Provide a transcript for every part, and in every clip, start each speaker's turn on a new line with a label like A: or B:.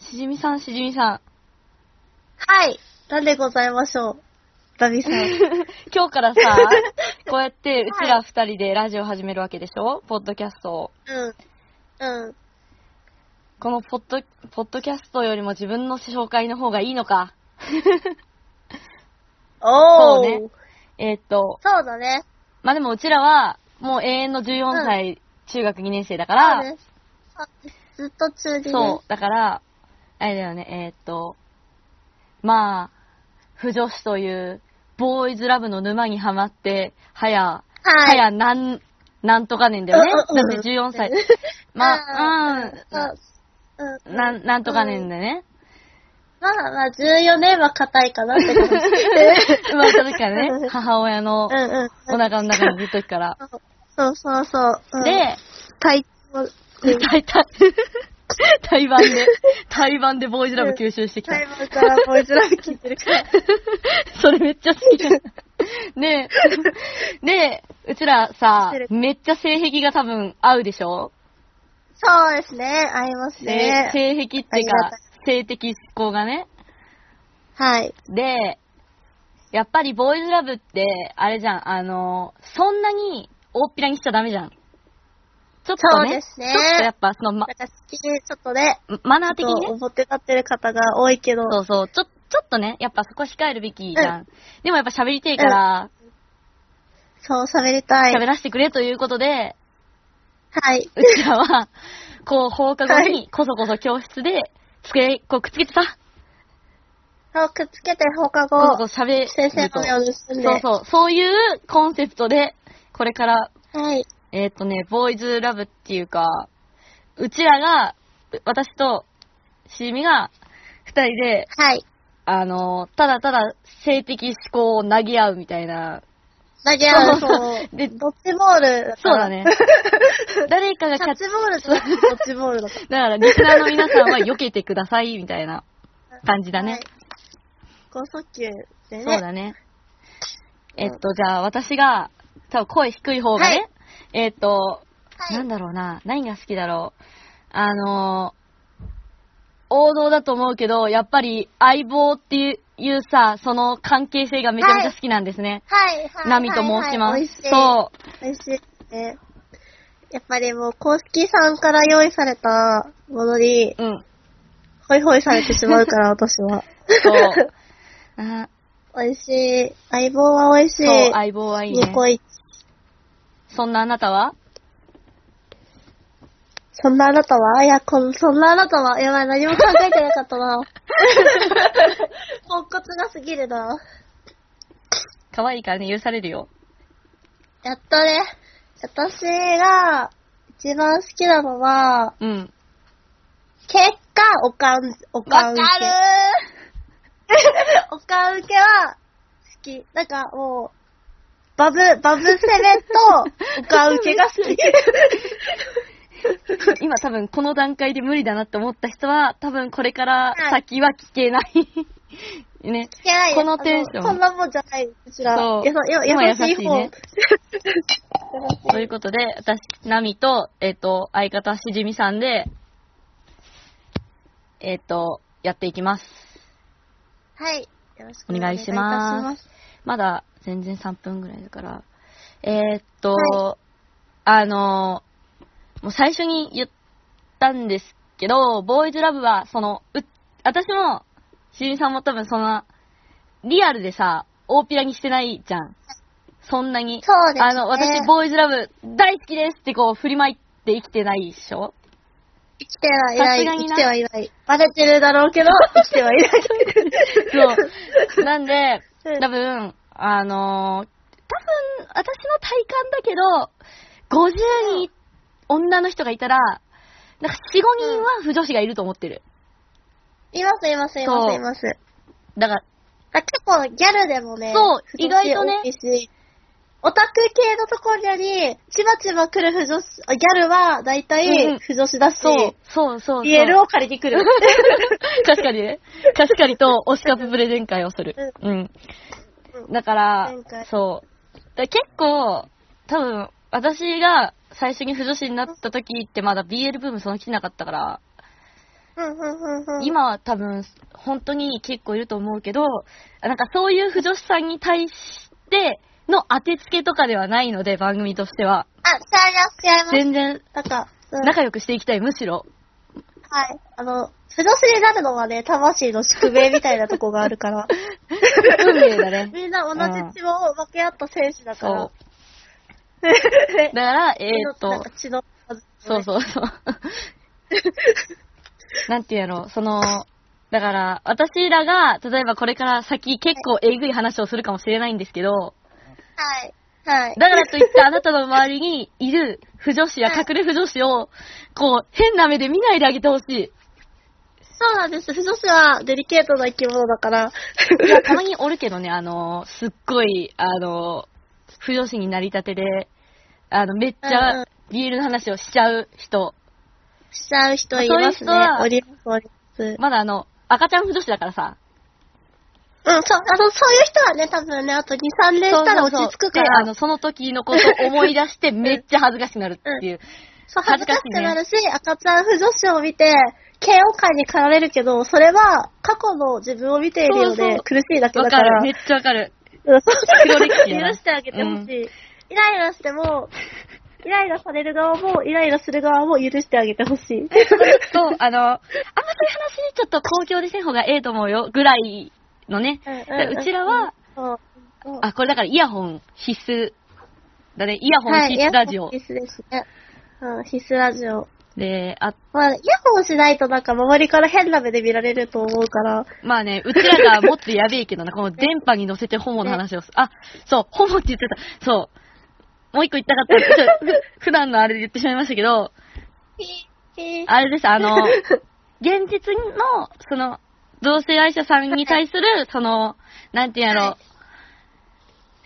A: しじみさん、しじみさん。
B: はい。なんでございましょう。ダビさん。
A: 今日から さ、こうやってうちら二人でラジオ始めるわけでしょポッドキャストを。
B: うん。うん。
A: このポッド、ポッドキャストよりも自分の紹介の方がいいのか。
B: おー。
A: そうねえーっと、
B: そうだね。
A: まあ、でもうちらは、もう永遠の14歳、中学2年生だか
B: そう
A: ら、
B: です。あずっと中二
A: そう、だから、あれだよね、えーっと、まあ、不女子という、ボーイズラブの沼にはまって、はや、
B: す。は。
A: はいや、なん、なんとかねんだよね。
B: うんうんうん
A: だって14歳。 まあ、
B: あう
A: うん、なん、なんとかねんだよね。
B: まあまあ、14年は硬いかなって感じ。
A: 生まれた時からね、母親のお
B: うんうん。
A: 腹の中にいる時から。
B: そうそうそう。うん、
A: で、
B: 体調、うん
A: 大体、 台湾で、台湾でボーイズラブ吸収してきた
B: タイ。マーからボイズラブ聞いてるから。
A: それめっちゃ好きじゃん。ねえ、ねえ、うちらさ
B: 知って、る
A: めっちゃ性癖が多分合うでしょ
B: そうですね、合います
A: ね
B: ね。
A: 性癖っていう
B: ありが
A: か
B: たい、
A: 性的思考がね。
B: はい。
A: で、やっぱりボーイズラブって、あれじゃん、あの、そんなに大っぴらにしちゃダメじゃん。ちょっと
B: そう
A: ね、
B: ですね
A: ちょっとやっぱその、ま
B: なん、か好きで、ちょっとね、
A: マナー的に
B: そう
A: ね、
B: 表立ってる方が多いけど、
A: そうそう、ちょ、ちょっとね、やっぱそこは控えるべきじゃん。でもやっぱ喋りてえから、
B: そう、喋りたい。
A: 喋らせてくれということで、
B: はい。
A: うちら は、こう、放課後に、こそこそ教室で、つけ、こう、くっつけてさ、
B: そう、くっつけて放課
A: こそこ
B: 後、
A: そ喋ると。
B: 先生の目を盗んで。
A: そうそう、そういうコンセプトで、これから、
B: はい。
A: えっ、とね、ボーイズラブっていうか、うちらが、う私と、しみが、二人で、
B: はい。
A: あの、ただただ性的思考を投げ合うみたいな。
B: 投げ合う、
A: そ
B: そうう。
A: で
B: で、ドッジボールから
A: そうだ。ね。誰か
B: キ
A: がキャ
B: ャ
A: ッ
B: ッ
A: チ、
B: チボールとドッジボールだと。
A: だから、リスナーの皆さんは避けてください、みたいな感じだね
B: はい。。高速球でね。
A: そうだね。えっと、じゃあ、私が、多分声低い方がね、えっと、
B: はい
A: なんだろうな、何が好きだろう。あのー王道だと思うけど、やっぱり相棒っていういうさ、その関係性がめちゃめちゃ好きなんですね。
B: はい、はい。
A: ナミと申します。
B: そう。
A: そう。
B: 美味しいね。やっぱりもう、公式さんから用意されたものに、
A: うん。
B: ホイホイされてしまう から、私は。
A: そう。あ
B: 美味しい。相棒は美味しい。
A: そう、相棒はいいね
B: ニ。コイチ
A: そんなあなたは
B: そんなあなたはいや、この、そんなあなたはやばい、何も考えてなかっ たな。ポンコツがすぎるな。
A: 可愛いからね、許されるよ。
B: やったね。私が、一番好きなのは、
A: うん。
B: 結果、おかん、おかん受け。
A: わかる
B: おかん受けは、好き。なんか、もう、バブ、バブセレ と、おかん受けが好き。
A: 今多分この段階で無理だなって思った人は、多分これから先は聞けない。 ね。
B: いやいや
A: このテンション
B: あのこんなもんじゃない、うちら。
A: そう
B: やさや
A: 今優
B: 優
A: しいね
B: しい方。
A: ということで、私、ナミと、えっ、と、相方、しじみさんで、えっ、と、やっていきます。
B: はい。よろしく
A: お
B: お
A: 願
B: 願
A: い
B: い
A: し
B: し
A: ま
B: ますす。。
A: まだ全然3分ぐらいだから。えーっと、
B: は
A: あのーもう最初に言ったんですけど、ボーイズラブは、その、う、私も、しじみさんも多分その、リアルでさ、大っぴらにしてないじゃん。そんなに。
B: そうですね
A: あの、私、ボーイズラブ大好きですってこう、振りまいて生きてないでしょ
B: 生きてはいな
A: さ
B: い。
A: すがに
B: 生
A: な
B: きてはいない。バレてるだろうけど、生きてはいない。
A: そう。なんで
B: う、ん
A: 多分、あのー多分、私の体感だけど、50人、女の人がいたら、なんか4、5人は不女子がいると思ってる。
B: います、います、いま
A: そう
B: す、います。
A: だから、
B: だから結構ギャルでもね、
A: そう
B: 不
A: 意
B: 女子
A: 外とね
B: 多いしオタク系のところより、ちばちば来る不女子、あギャルは大
A: うんうん
B: 体不女子だし、
A: そう、そう、そう。
B: イエルを借りに来 る。
A: 確かにね。確かにと、推しカッププレゼン会をする。うん。だから
B: 前回、
A: そう。だ結構、多分、私が最初に不女子になった時ってまだ BL ブームそんな来てなかったから、
B: うんうんうんうん。、
A: 今は多分、本当に結構いると思うけど、なんかそういう不女子さんに対しての当てつけとかではないので、番組としては。
B: あ、違います、違い
A: 全然
B: ます。なんか、うん、
A: 仲良くしていきたい、むしろ。
B: はい。あの、不動性になるのはね、魂の宿命みたいなとこがあ るから。
A: 運命だ ね。
B: みんな同じ血を分け合った戦士だか
A: そ
B: ら
A: う。。だから、えーっ
B: なん
A: と
B: か、血の、
A: そうそうそう。 なんていうやろ、その、だから、私らが、例えばこれから先結構えぐい話をするかもしれないんですけど、
B: はい。はい。
A: だからといってあなたの周りにいる不女子や隠れ不女子を、こう、変な目で見ないであげてほしい。
B: そうなんです。不動性はデリケートな生き物 だから。
A: いや、たまにおるけどね、あの、すっごい、あの、不女子になりたてで、あの、めっち
B: うんう
A: ゃ
B: ん、
A: ビールの話をしちゃう人。
B: しちゃう人います
A: そういう人。
B: ね
A: は
B: おります、おります。
A: まだあの、赤ちゃん不女子だからさ。
B: うん、そう、あの、そういう人はね、多分ね、あと2、3年したら落ち着くか
A: で、あの、
B: ら、
A: その時の ことを思い出して、めっちゃ恥ずかしくなるっていう。
B: そう
A: 恥
B: 恥
A: ず
B: ず
A: かし
B: かし
A: い
B: く
A: ね
B: なるし、赤ちゃん不女子を見て、嫌悪感に駆られるけど、それは過去の自分を見ているよう
A: そう
B: で
A: そう
B: 苦しいだけ
A: わ
B: だ
A: か
B: か
A: る。
B: ら、
A: めっちゃわかる。
B: うん
A: 黒歴
B: 許
A: 史やな
B: してあげてほ
A: うん
B: しい。イライラしても、イライラされる側も、イライラする側も許してあげてほし い。
A: と、あの、あんまそういう話、ちょっと公共でせん方がええと思うよ、ぐらいのね。でうちらは、
B: そう、うん
A: あ、これだからイヤホン必須。だね、イヤホン必須ラジオ。
B: はいイヤホン必須ですね。うん、必須ラジオ。
A: で、あ、
B: まあ、イヤホンしないとなんか周りから変な目で見られると思うから。
A: まあね、うちらがもっとやべえけ どな、この電波に乗せてホモの話をすあ、そう、ホモって言ってた。そう。もう一個言いたかった。ちょふ 普段のあれで言ってしまいましたけど、あれです、あの、現実の、その、同性愛者さんに対す る、その、なんていうんやろ、
B: はい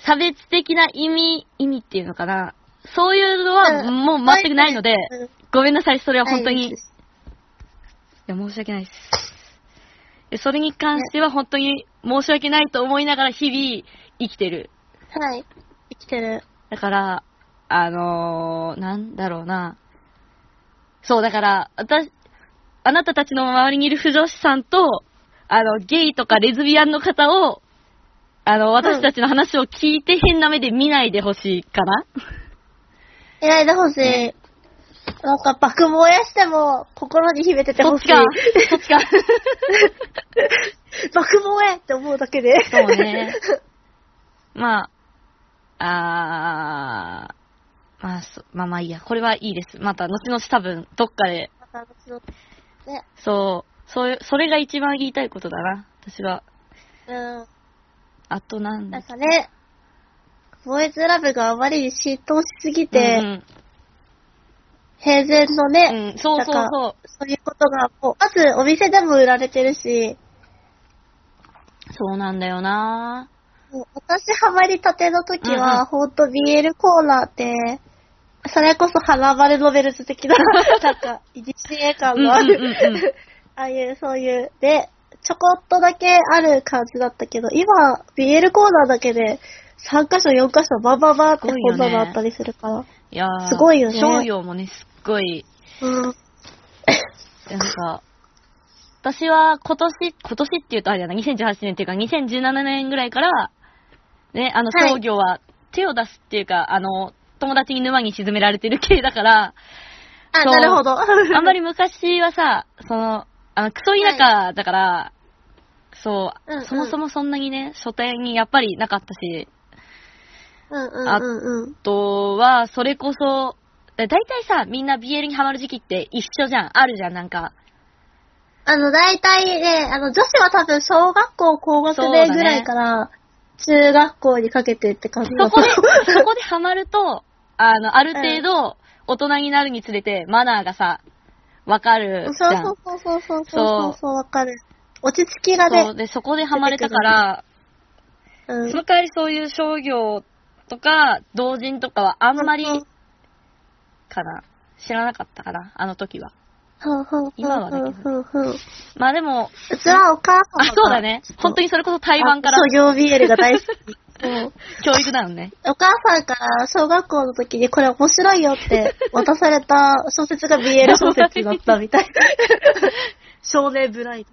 A: 差別的な意味、意味っていうのかな。そういうのは
B: うん
A: もう全くないので、
B: うん
A: ごめんなさい、それは本当に。
B: はい
A: いや、申し訳ないですで。それに関しては本当に申し訳ないと思いながら日々生きてる。
B: はい。生きてる。
A: だから、あのー、なんだろうな。そう、だから、私、あなたたちの周りにいる不女子さんと、あの、ゲイとかレズビアンの方を、あの、私たちの話を聞いて変な目で見ないでほしいかな、
B: 選んでほしい。なんか、爆燃やしても、心に秘めてて
A: そ
B: ほ
A: っ
B: し
A: ち
B: い。
A: か。そっちか。
B: 爆燃えって思うだけで。
A: そうね。まあ、あー、まあ、そまあまあいいや。これはいいです。また、後々多分、どっかで
B: また私の ね、
A: そう、そういう、それが一番言いたいことだな、私は。
B: うん。
A: あとなん
B: な
A: だ
B: んかね、ボーイズラブがあまりに浸透しすぎて、
A: うん
B: 平然の
A: う
B: ね、
A: ん、うんそうそう
B: なん
A: そ
B: かそういうことが、もう、まずお店でも売られてるし、
A: う。そうなんだよな
B: もう私ハマりたての時
A: うんうん
B: は、ほんと BL コーナーって、それこそ花丸ノベルズ 的な、なんか、いじしえ感のある、
A: うんうんうんうん
B: ああいう、そういう、で、ちょこっとだけある感じだったけど、今、BL コーナーだけで、3箇所、4箇所、バンバンバンって
A: すごいよ
B: こん
A: ね
B: なのあったりするから。
A: いやー
B: すごいよね
A: 商業もね、すっごい、
B: うん。
A: なんか、私は今年、今年っていうとあれだな、2018年っていうか2017年ぐらいから、ね、あの
B: はい
A: 商業は手を出すっていうか、あの、友達に沼に沈められてる系だ から、
B: あ、
A: そう
B: なるほど。
A: あんまり昔はさ、その、あの、クソ田舎だから、そう、
B: うんうん
A: そもそもそんなにね、書店にやっぱりなかったし、
B: うんうんうんうん。
A: あとは、それこそ、だだいたいさ、みんな BL にハマる時期って一緒じゃん、あるじゃん、なんか。
B: あの、大体ね、あの、女子は多分、小学校高学
A: そうだ
B: 年
A: ね
B: ぐらいから、中学校にかけてって感じだ
A: そ
B: と
A: こで、
B: 思う。
A: そこでハマると、あの、ある程度、大人になるにつれて、マナーがさ、わかるじ
B: そ
A: ゃん。
B: うそうそうそうそうそうそう、わかる。落ち着きが
A: そう
B: ね、
A: で、そこでハマれたから、
B: うん
A: そ。の代わりそういう商業とか、同人とかはあんまり
B: うん
A: かな。知らなかったかな、あの時は。今
B: 今
A: はだけ
B: ど。
A: まあでも、
B: うちはお母さん
A: あ、そうだね。本当
B: に
A: にそれこそ台湾から
B: 商業 BL が大好き。そう
A: 教育だよね。
B: お母さんから小学校の時にこれ 面白いよって渡された小説が BL 小説だったみたい。少年ブライ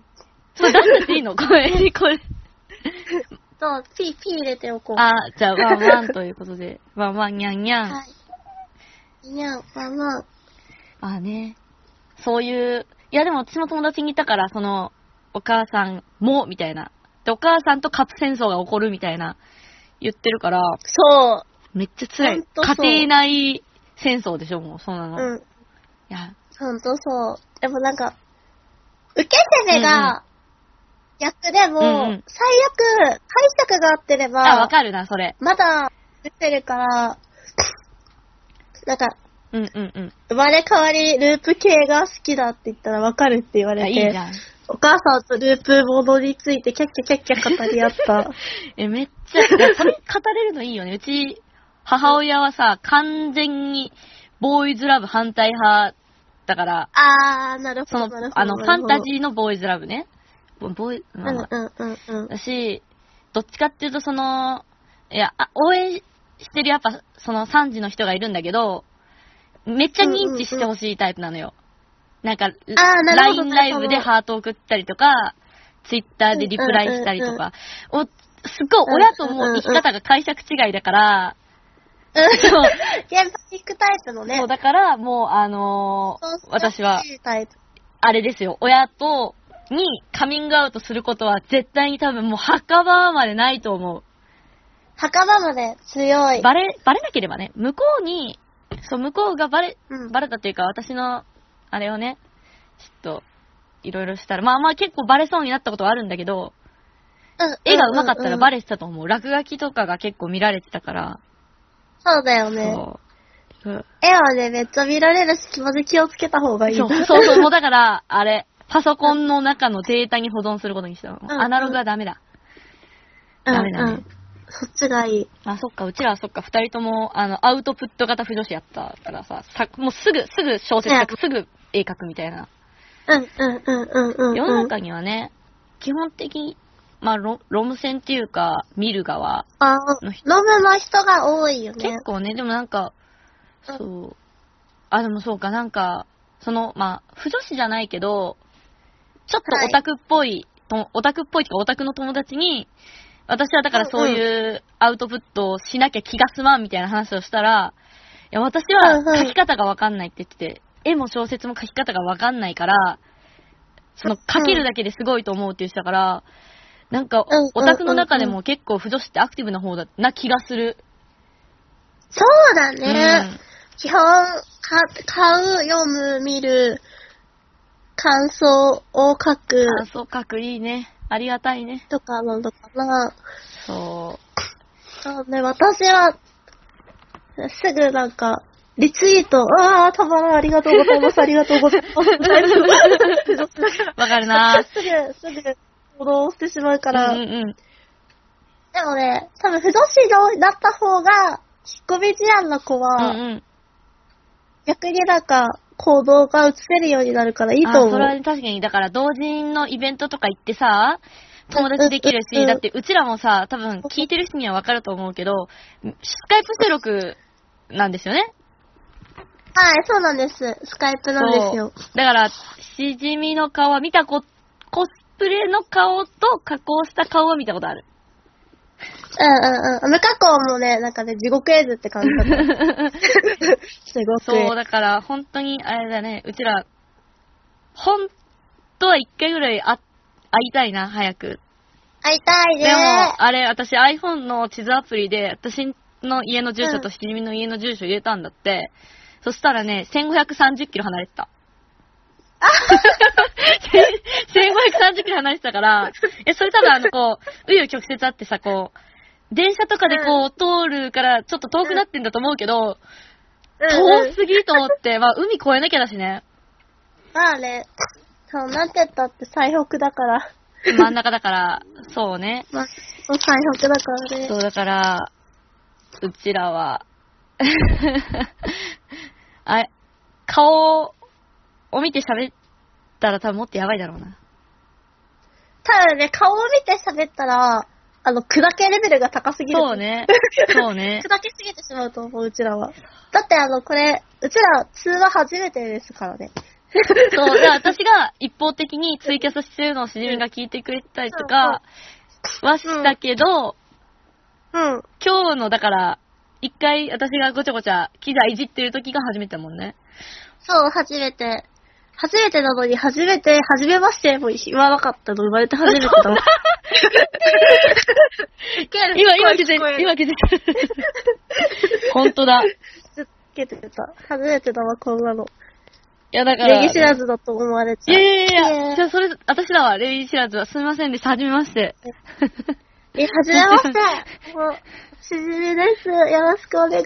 A: それ出しちゃっていいのこれ、これ。
B: ド。と、ピーピー入れておこう。
A: あ、じゃあ、ワンワンということで、 ワンワン、ニャンニャン。
B: はい。にゃん、まあまあ、
A: まあね、そういう、いやでも私も友達にいたから、その、お母さんも、みたいな。で、お母さんとカップ戦争が起こるみたいな、言ってるから、
B: そ
A: めっちゃ辛
B: ほ
A: い
B: ん。とそう
A: 家庭内戦争でしょ、もう、そうな
B: う。
A: の。い
B: うん。
A: や、
B: ほんとそう。でもなんか、受け
A: う
B: 攻め
A: んう
B: が、役でも、
A: うんうん
B: 最悪、解釈が合ってれ
A: あ、
B: ば
A: わ、かるな、それ。
B: まだ出てるから、なんか、
A: うんうんうん。
B: 生まれ変わりループ系が好きだって言ったらわかるって言われ
A: あい
B: て、
A: いじゃん。
B: お母さんとループものについてキャッキャキャッキャ語り 合った。
A: え、めっち ゃ、いやそれ語れるのいいよね。うち、母親はさ、完全に、ボーイズラブ反対派だから、
B: あー、なる
A: そ
B: ほど、
A: の
B: なるほど。、
A: あの、ファンタ
B: ー。
A: ジーのボーイズラブね。ボーイ、
B: う
A: まあ
B: ん
A: まあ
B: うんうんうん。
A: だし、どっちかっていうと、その、いや、あ応援してるやっぱ、その3時の人がいるんだけど、めっちゃ認知してほしいタイプなのよ。なんか、
B: あーなるほど
A: LINE ライブでハート送ったりとか、Twitter でリプライしたりとか、おすっごい親とも生き方が解釈違いだから、そう
B: 現場に行くタイプのね。
A: そうだから、もう、あのー
B: そうしてほしい
A: 私は、
B: タイプ。
A: あれですよ、親と、にカミングアウトすることは絶対に多分もう墓場までないと思う。
B: 墓場まで強い。
A: バレ、バレなければね、向こうに、そう、向こうがバレ、
B: うん
A: バレたっていうか、私の、あれをね、ちょっと、いろいろしたら、まあまあ結構バレそうになったことはあるんだけど、絵が上手かったらバ
B: レ、
A: レてたと思う。落書きとかが結構見られてたから、
B: そうだよね。
A: そう。うん
B: 絵はね、めっちゃ見られるし、気まず気をつけた方がいい
A: そ
B: な。
A: うそうそう、もうだから、あれ、パソコンの中のデータに保存することにしたの。
B: ん
A: アナログはダメだ。
B: うん
A: ダメだね
B: うんそっちがいい。
A: あ、そっか、うちらはそっか、二人とも、あの、アウトプット型不女子やったからさ、さもうすぐ、すぐ小説書く、すぐ絵描くみたいな。
B: うんうんうんうんうん。
A: 世の中にはね、基本的に、まあ、ロロム線っていうか、見る側
B: あ
A: の
B: ー
A: 人
B: 飲むの人が多いよね。
A: 結構ね、でもなんか、そう、あ、でもそうか、なんか、その、まあ、不女子じゃないけど、ちょっとオタクっぽい、とオタクっぽいとか、オタクの友達に、私はだからそういうアウトプットをしなきゃ気が済まんみたいな話をしたら、いや、私
B: うんう
A: は
B: ん
A: 書き方がわかんないって言ってて、絵も小説も書き方がわかんないから、その書けるだけですごいと思うっていう人だから、なんか
B: うんうんうん、
A: オタクの中でも結構不女子ってアクティブな方だな気がする。
B: そうだ
A: う
B: ね。
A: ん
B: 基本か、買う、読む、見る、感想を書く
A: 感想書くいいね。ありがたいね。
B: とかなのかな。
A: そ
B: そうね、私は、すぐなんか、リツイート、ああ、たまらん、ありがとうございます、ありがとうございます。
A: う。わかるな
B: すぐ、すぐ、フォローしてしまうから、
A: うんうん。
B: でもね、多分、不動指導だった方が、引っ込み思案の子は、
A: うんうん。
B: 逆になんか、行動が移せるようになるからいいと
A: あ、
B: 思
A: そうれ。はね確かに、だから同人のイベントとか行ってさ、友達できる
B: うん
A: し、
B: うんうん
A: だってうちらもさ、多分聞いてる人にはわかると思うけど、スカイプ収録なんですよね。
B: はい、そうなんです。スカイプなんですよ。
A: そうだから、しじみの顔は見たこ、コスプレの顔と加工した顔は見たことある。
B: うんうんうん。無加工もね、なんかね、地獄絵図って感じだっ た。すごく。
A: そう、だから本当に、あれだね、うちら、本当は一回ぐらいあ会いたいな、早く。
B: 会いたい
A: で
B: ね
A: も、。あれ、私 iPhone の地図アプリで、私の家の住所
B: う
A: と
B: ん
A: しじみの家の住所入れたんだって、そしたらね、1530キロ離れてた。1530キロ離れてたから、え、それ多分あの、こう、紆余曲折あってさ、こう、電車とかでこう、通るから、ちょっと遠くなってんだと思うけど、
B: うんう
A: 遠
B: ん
A: すぎと思って、まあ、海越えなきゃだしね。
B: まあね、そうなってったって最北だから。
A: 真ん中だから、そうね。
B: まあ、そう最北だからね
A: そ。う、だから、うちらは、 あれ、顔を見て喋ったら多分もっとやばいだろうな。
B: ただね、顔を見て喋ったら、あの、砕けレベルが高すぎる。
A: そうね。そうね。
B: 砕けすぎてしまうと思う、うちらは。だってあの、これ、うちら通話初めてですからね。
A: そう、だから私が一方的にツイキャスしてるのをしじみが聞いてくれたりとかはしたけど、
B: うん。
A: 今日のだから、一回私がごちゃごちゃ機材いじってる時が初めてだもんね。
B: そう、初めて。初めてなのに、初めて、初めましても言わなかったの、生まれて初め てだもん。
A: 今、今気
B: 聞
A: づ
B: こえ
A: いた。
B: る
A: 今気づい た。ほんとだ。い
B: つけてた。初めてだわ、こんなの。
A: や、だから。
B: 礼儀知らずだと思われち
A: いや
B: ゃう。
A: いやいや、
B: え
A: じゃあそれ、私だわ、礼儀知らずは。すみませんでした、はじめまして。
B: え、はじめまして。もう、しじみです。よろしくお願いいたし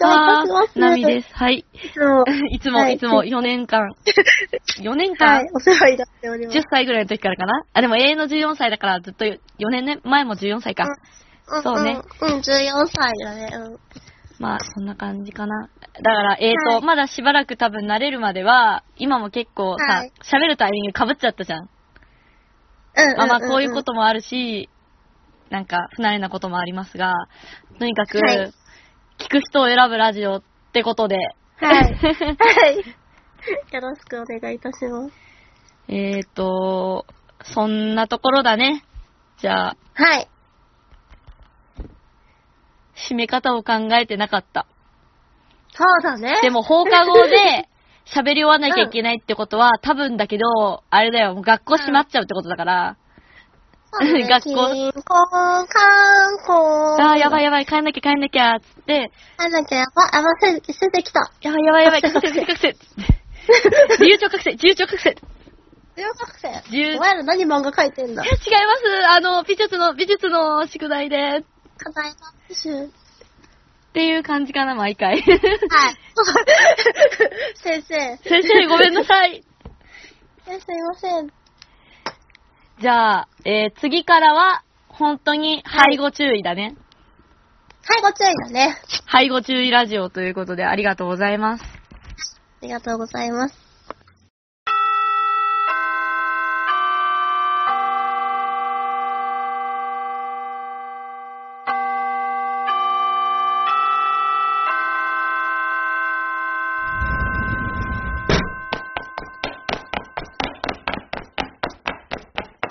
B: ます。
A: ナミです。はい。
B: いつも、
A: いつも、
B: はい
A: いつも4年 間。4年
B: は
A: 間
B: い、お世話になっております。
A: 10歳ぐらいの時からかなあ、でも永遠の14歳だからずっと4年ね、前も14歳か。
B: うん
A: そうね。
B: うん、うん14歳だね。うん。
A: まあ、そんな感じかな。だから、えーと、
B: はい
A: まだしばらく多分慣れるまでは、今も結構
B: は
A: さ
B: い、
A: 喋、るタイミング被っちゃったじゃん。
B: うん、
A: まあまあ、こういうこともあるし、なんか、不慣れなこともありますが、とにかく、
B: はい
A: 聞く人を選ぶラジオってことで、
B: と。はい。はい。よろしくお願いいたします。
A: えーと、そんなところだね。じゃあ、
B: はい。
A: 締め方を考えてなかった。
B: そうだね。
A: でも放課後 で喋り終わらなきゃいけないってことは、多分だけど、あれだよ、もう学校閉まっちゃうってことだから。
B: そうだね、
A: 学校
B: 金婚、観光。
A: ああ、やばい
B: い。
A: やばい、帰んなきゃ帰んなきゃ、つって、
B: なんだっけ、やばい、あ、忘れて、捨ててきた。
A: やばいやばいやば い、覚
B: 覚
A: 醒
B: 醒
A: 覚醒覚醒流暢覚醒流暢覚醒
B: 留学生。
A: 十
B: お前ら何漫画書いてんだ
A: え違いますあの、美術の、美術の宿題で、っ
B: 課題の集。はい。
A: ていう感じかな、毎回。
B: 先生。
A: 先生、ごめんなさい。
B: え、すいません。
A: じゃあ、えー、次からは、本当に背後注意だね。
B: はい、ご注意だね。
A: 背後注意ラジオということで、ありがとうございます。
B: ありがとうございます。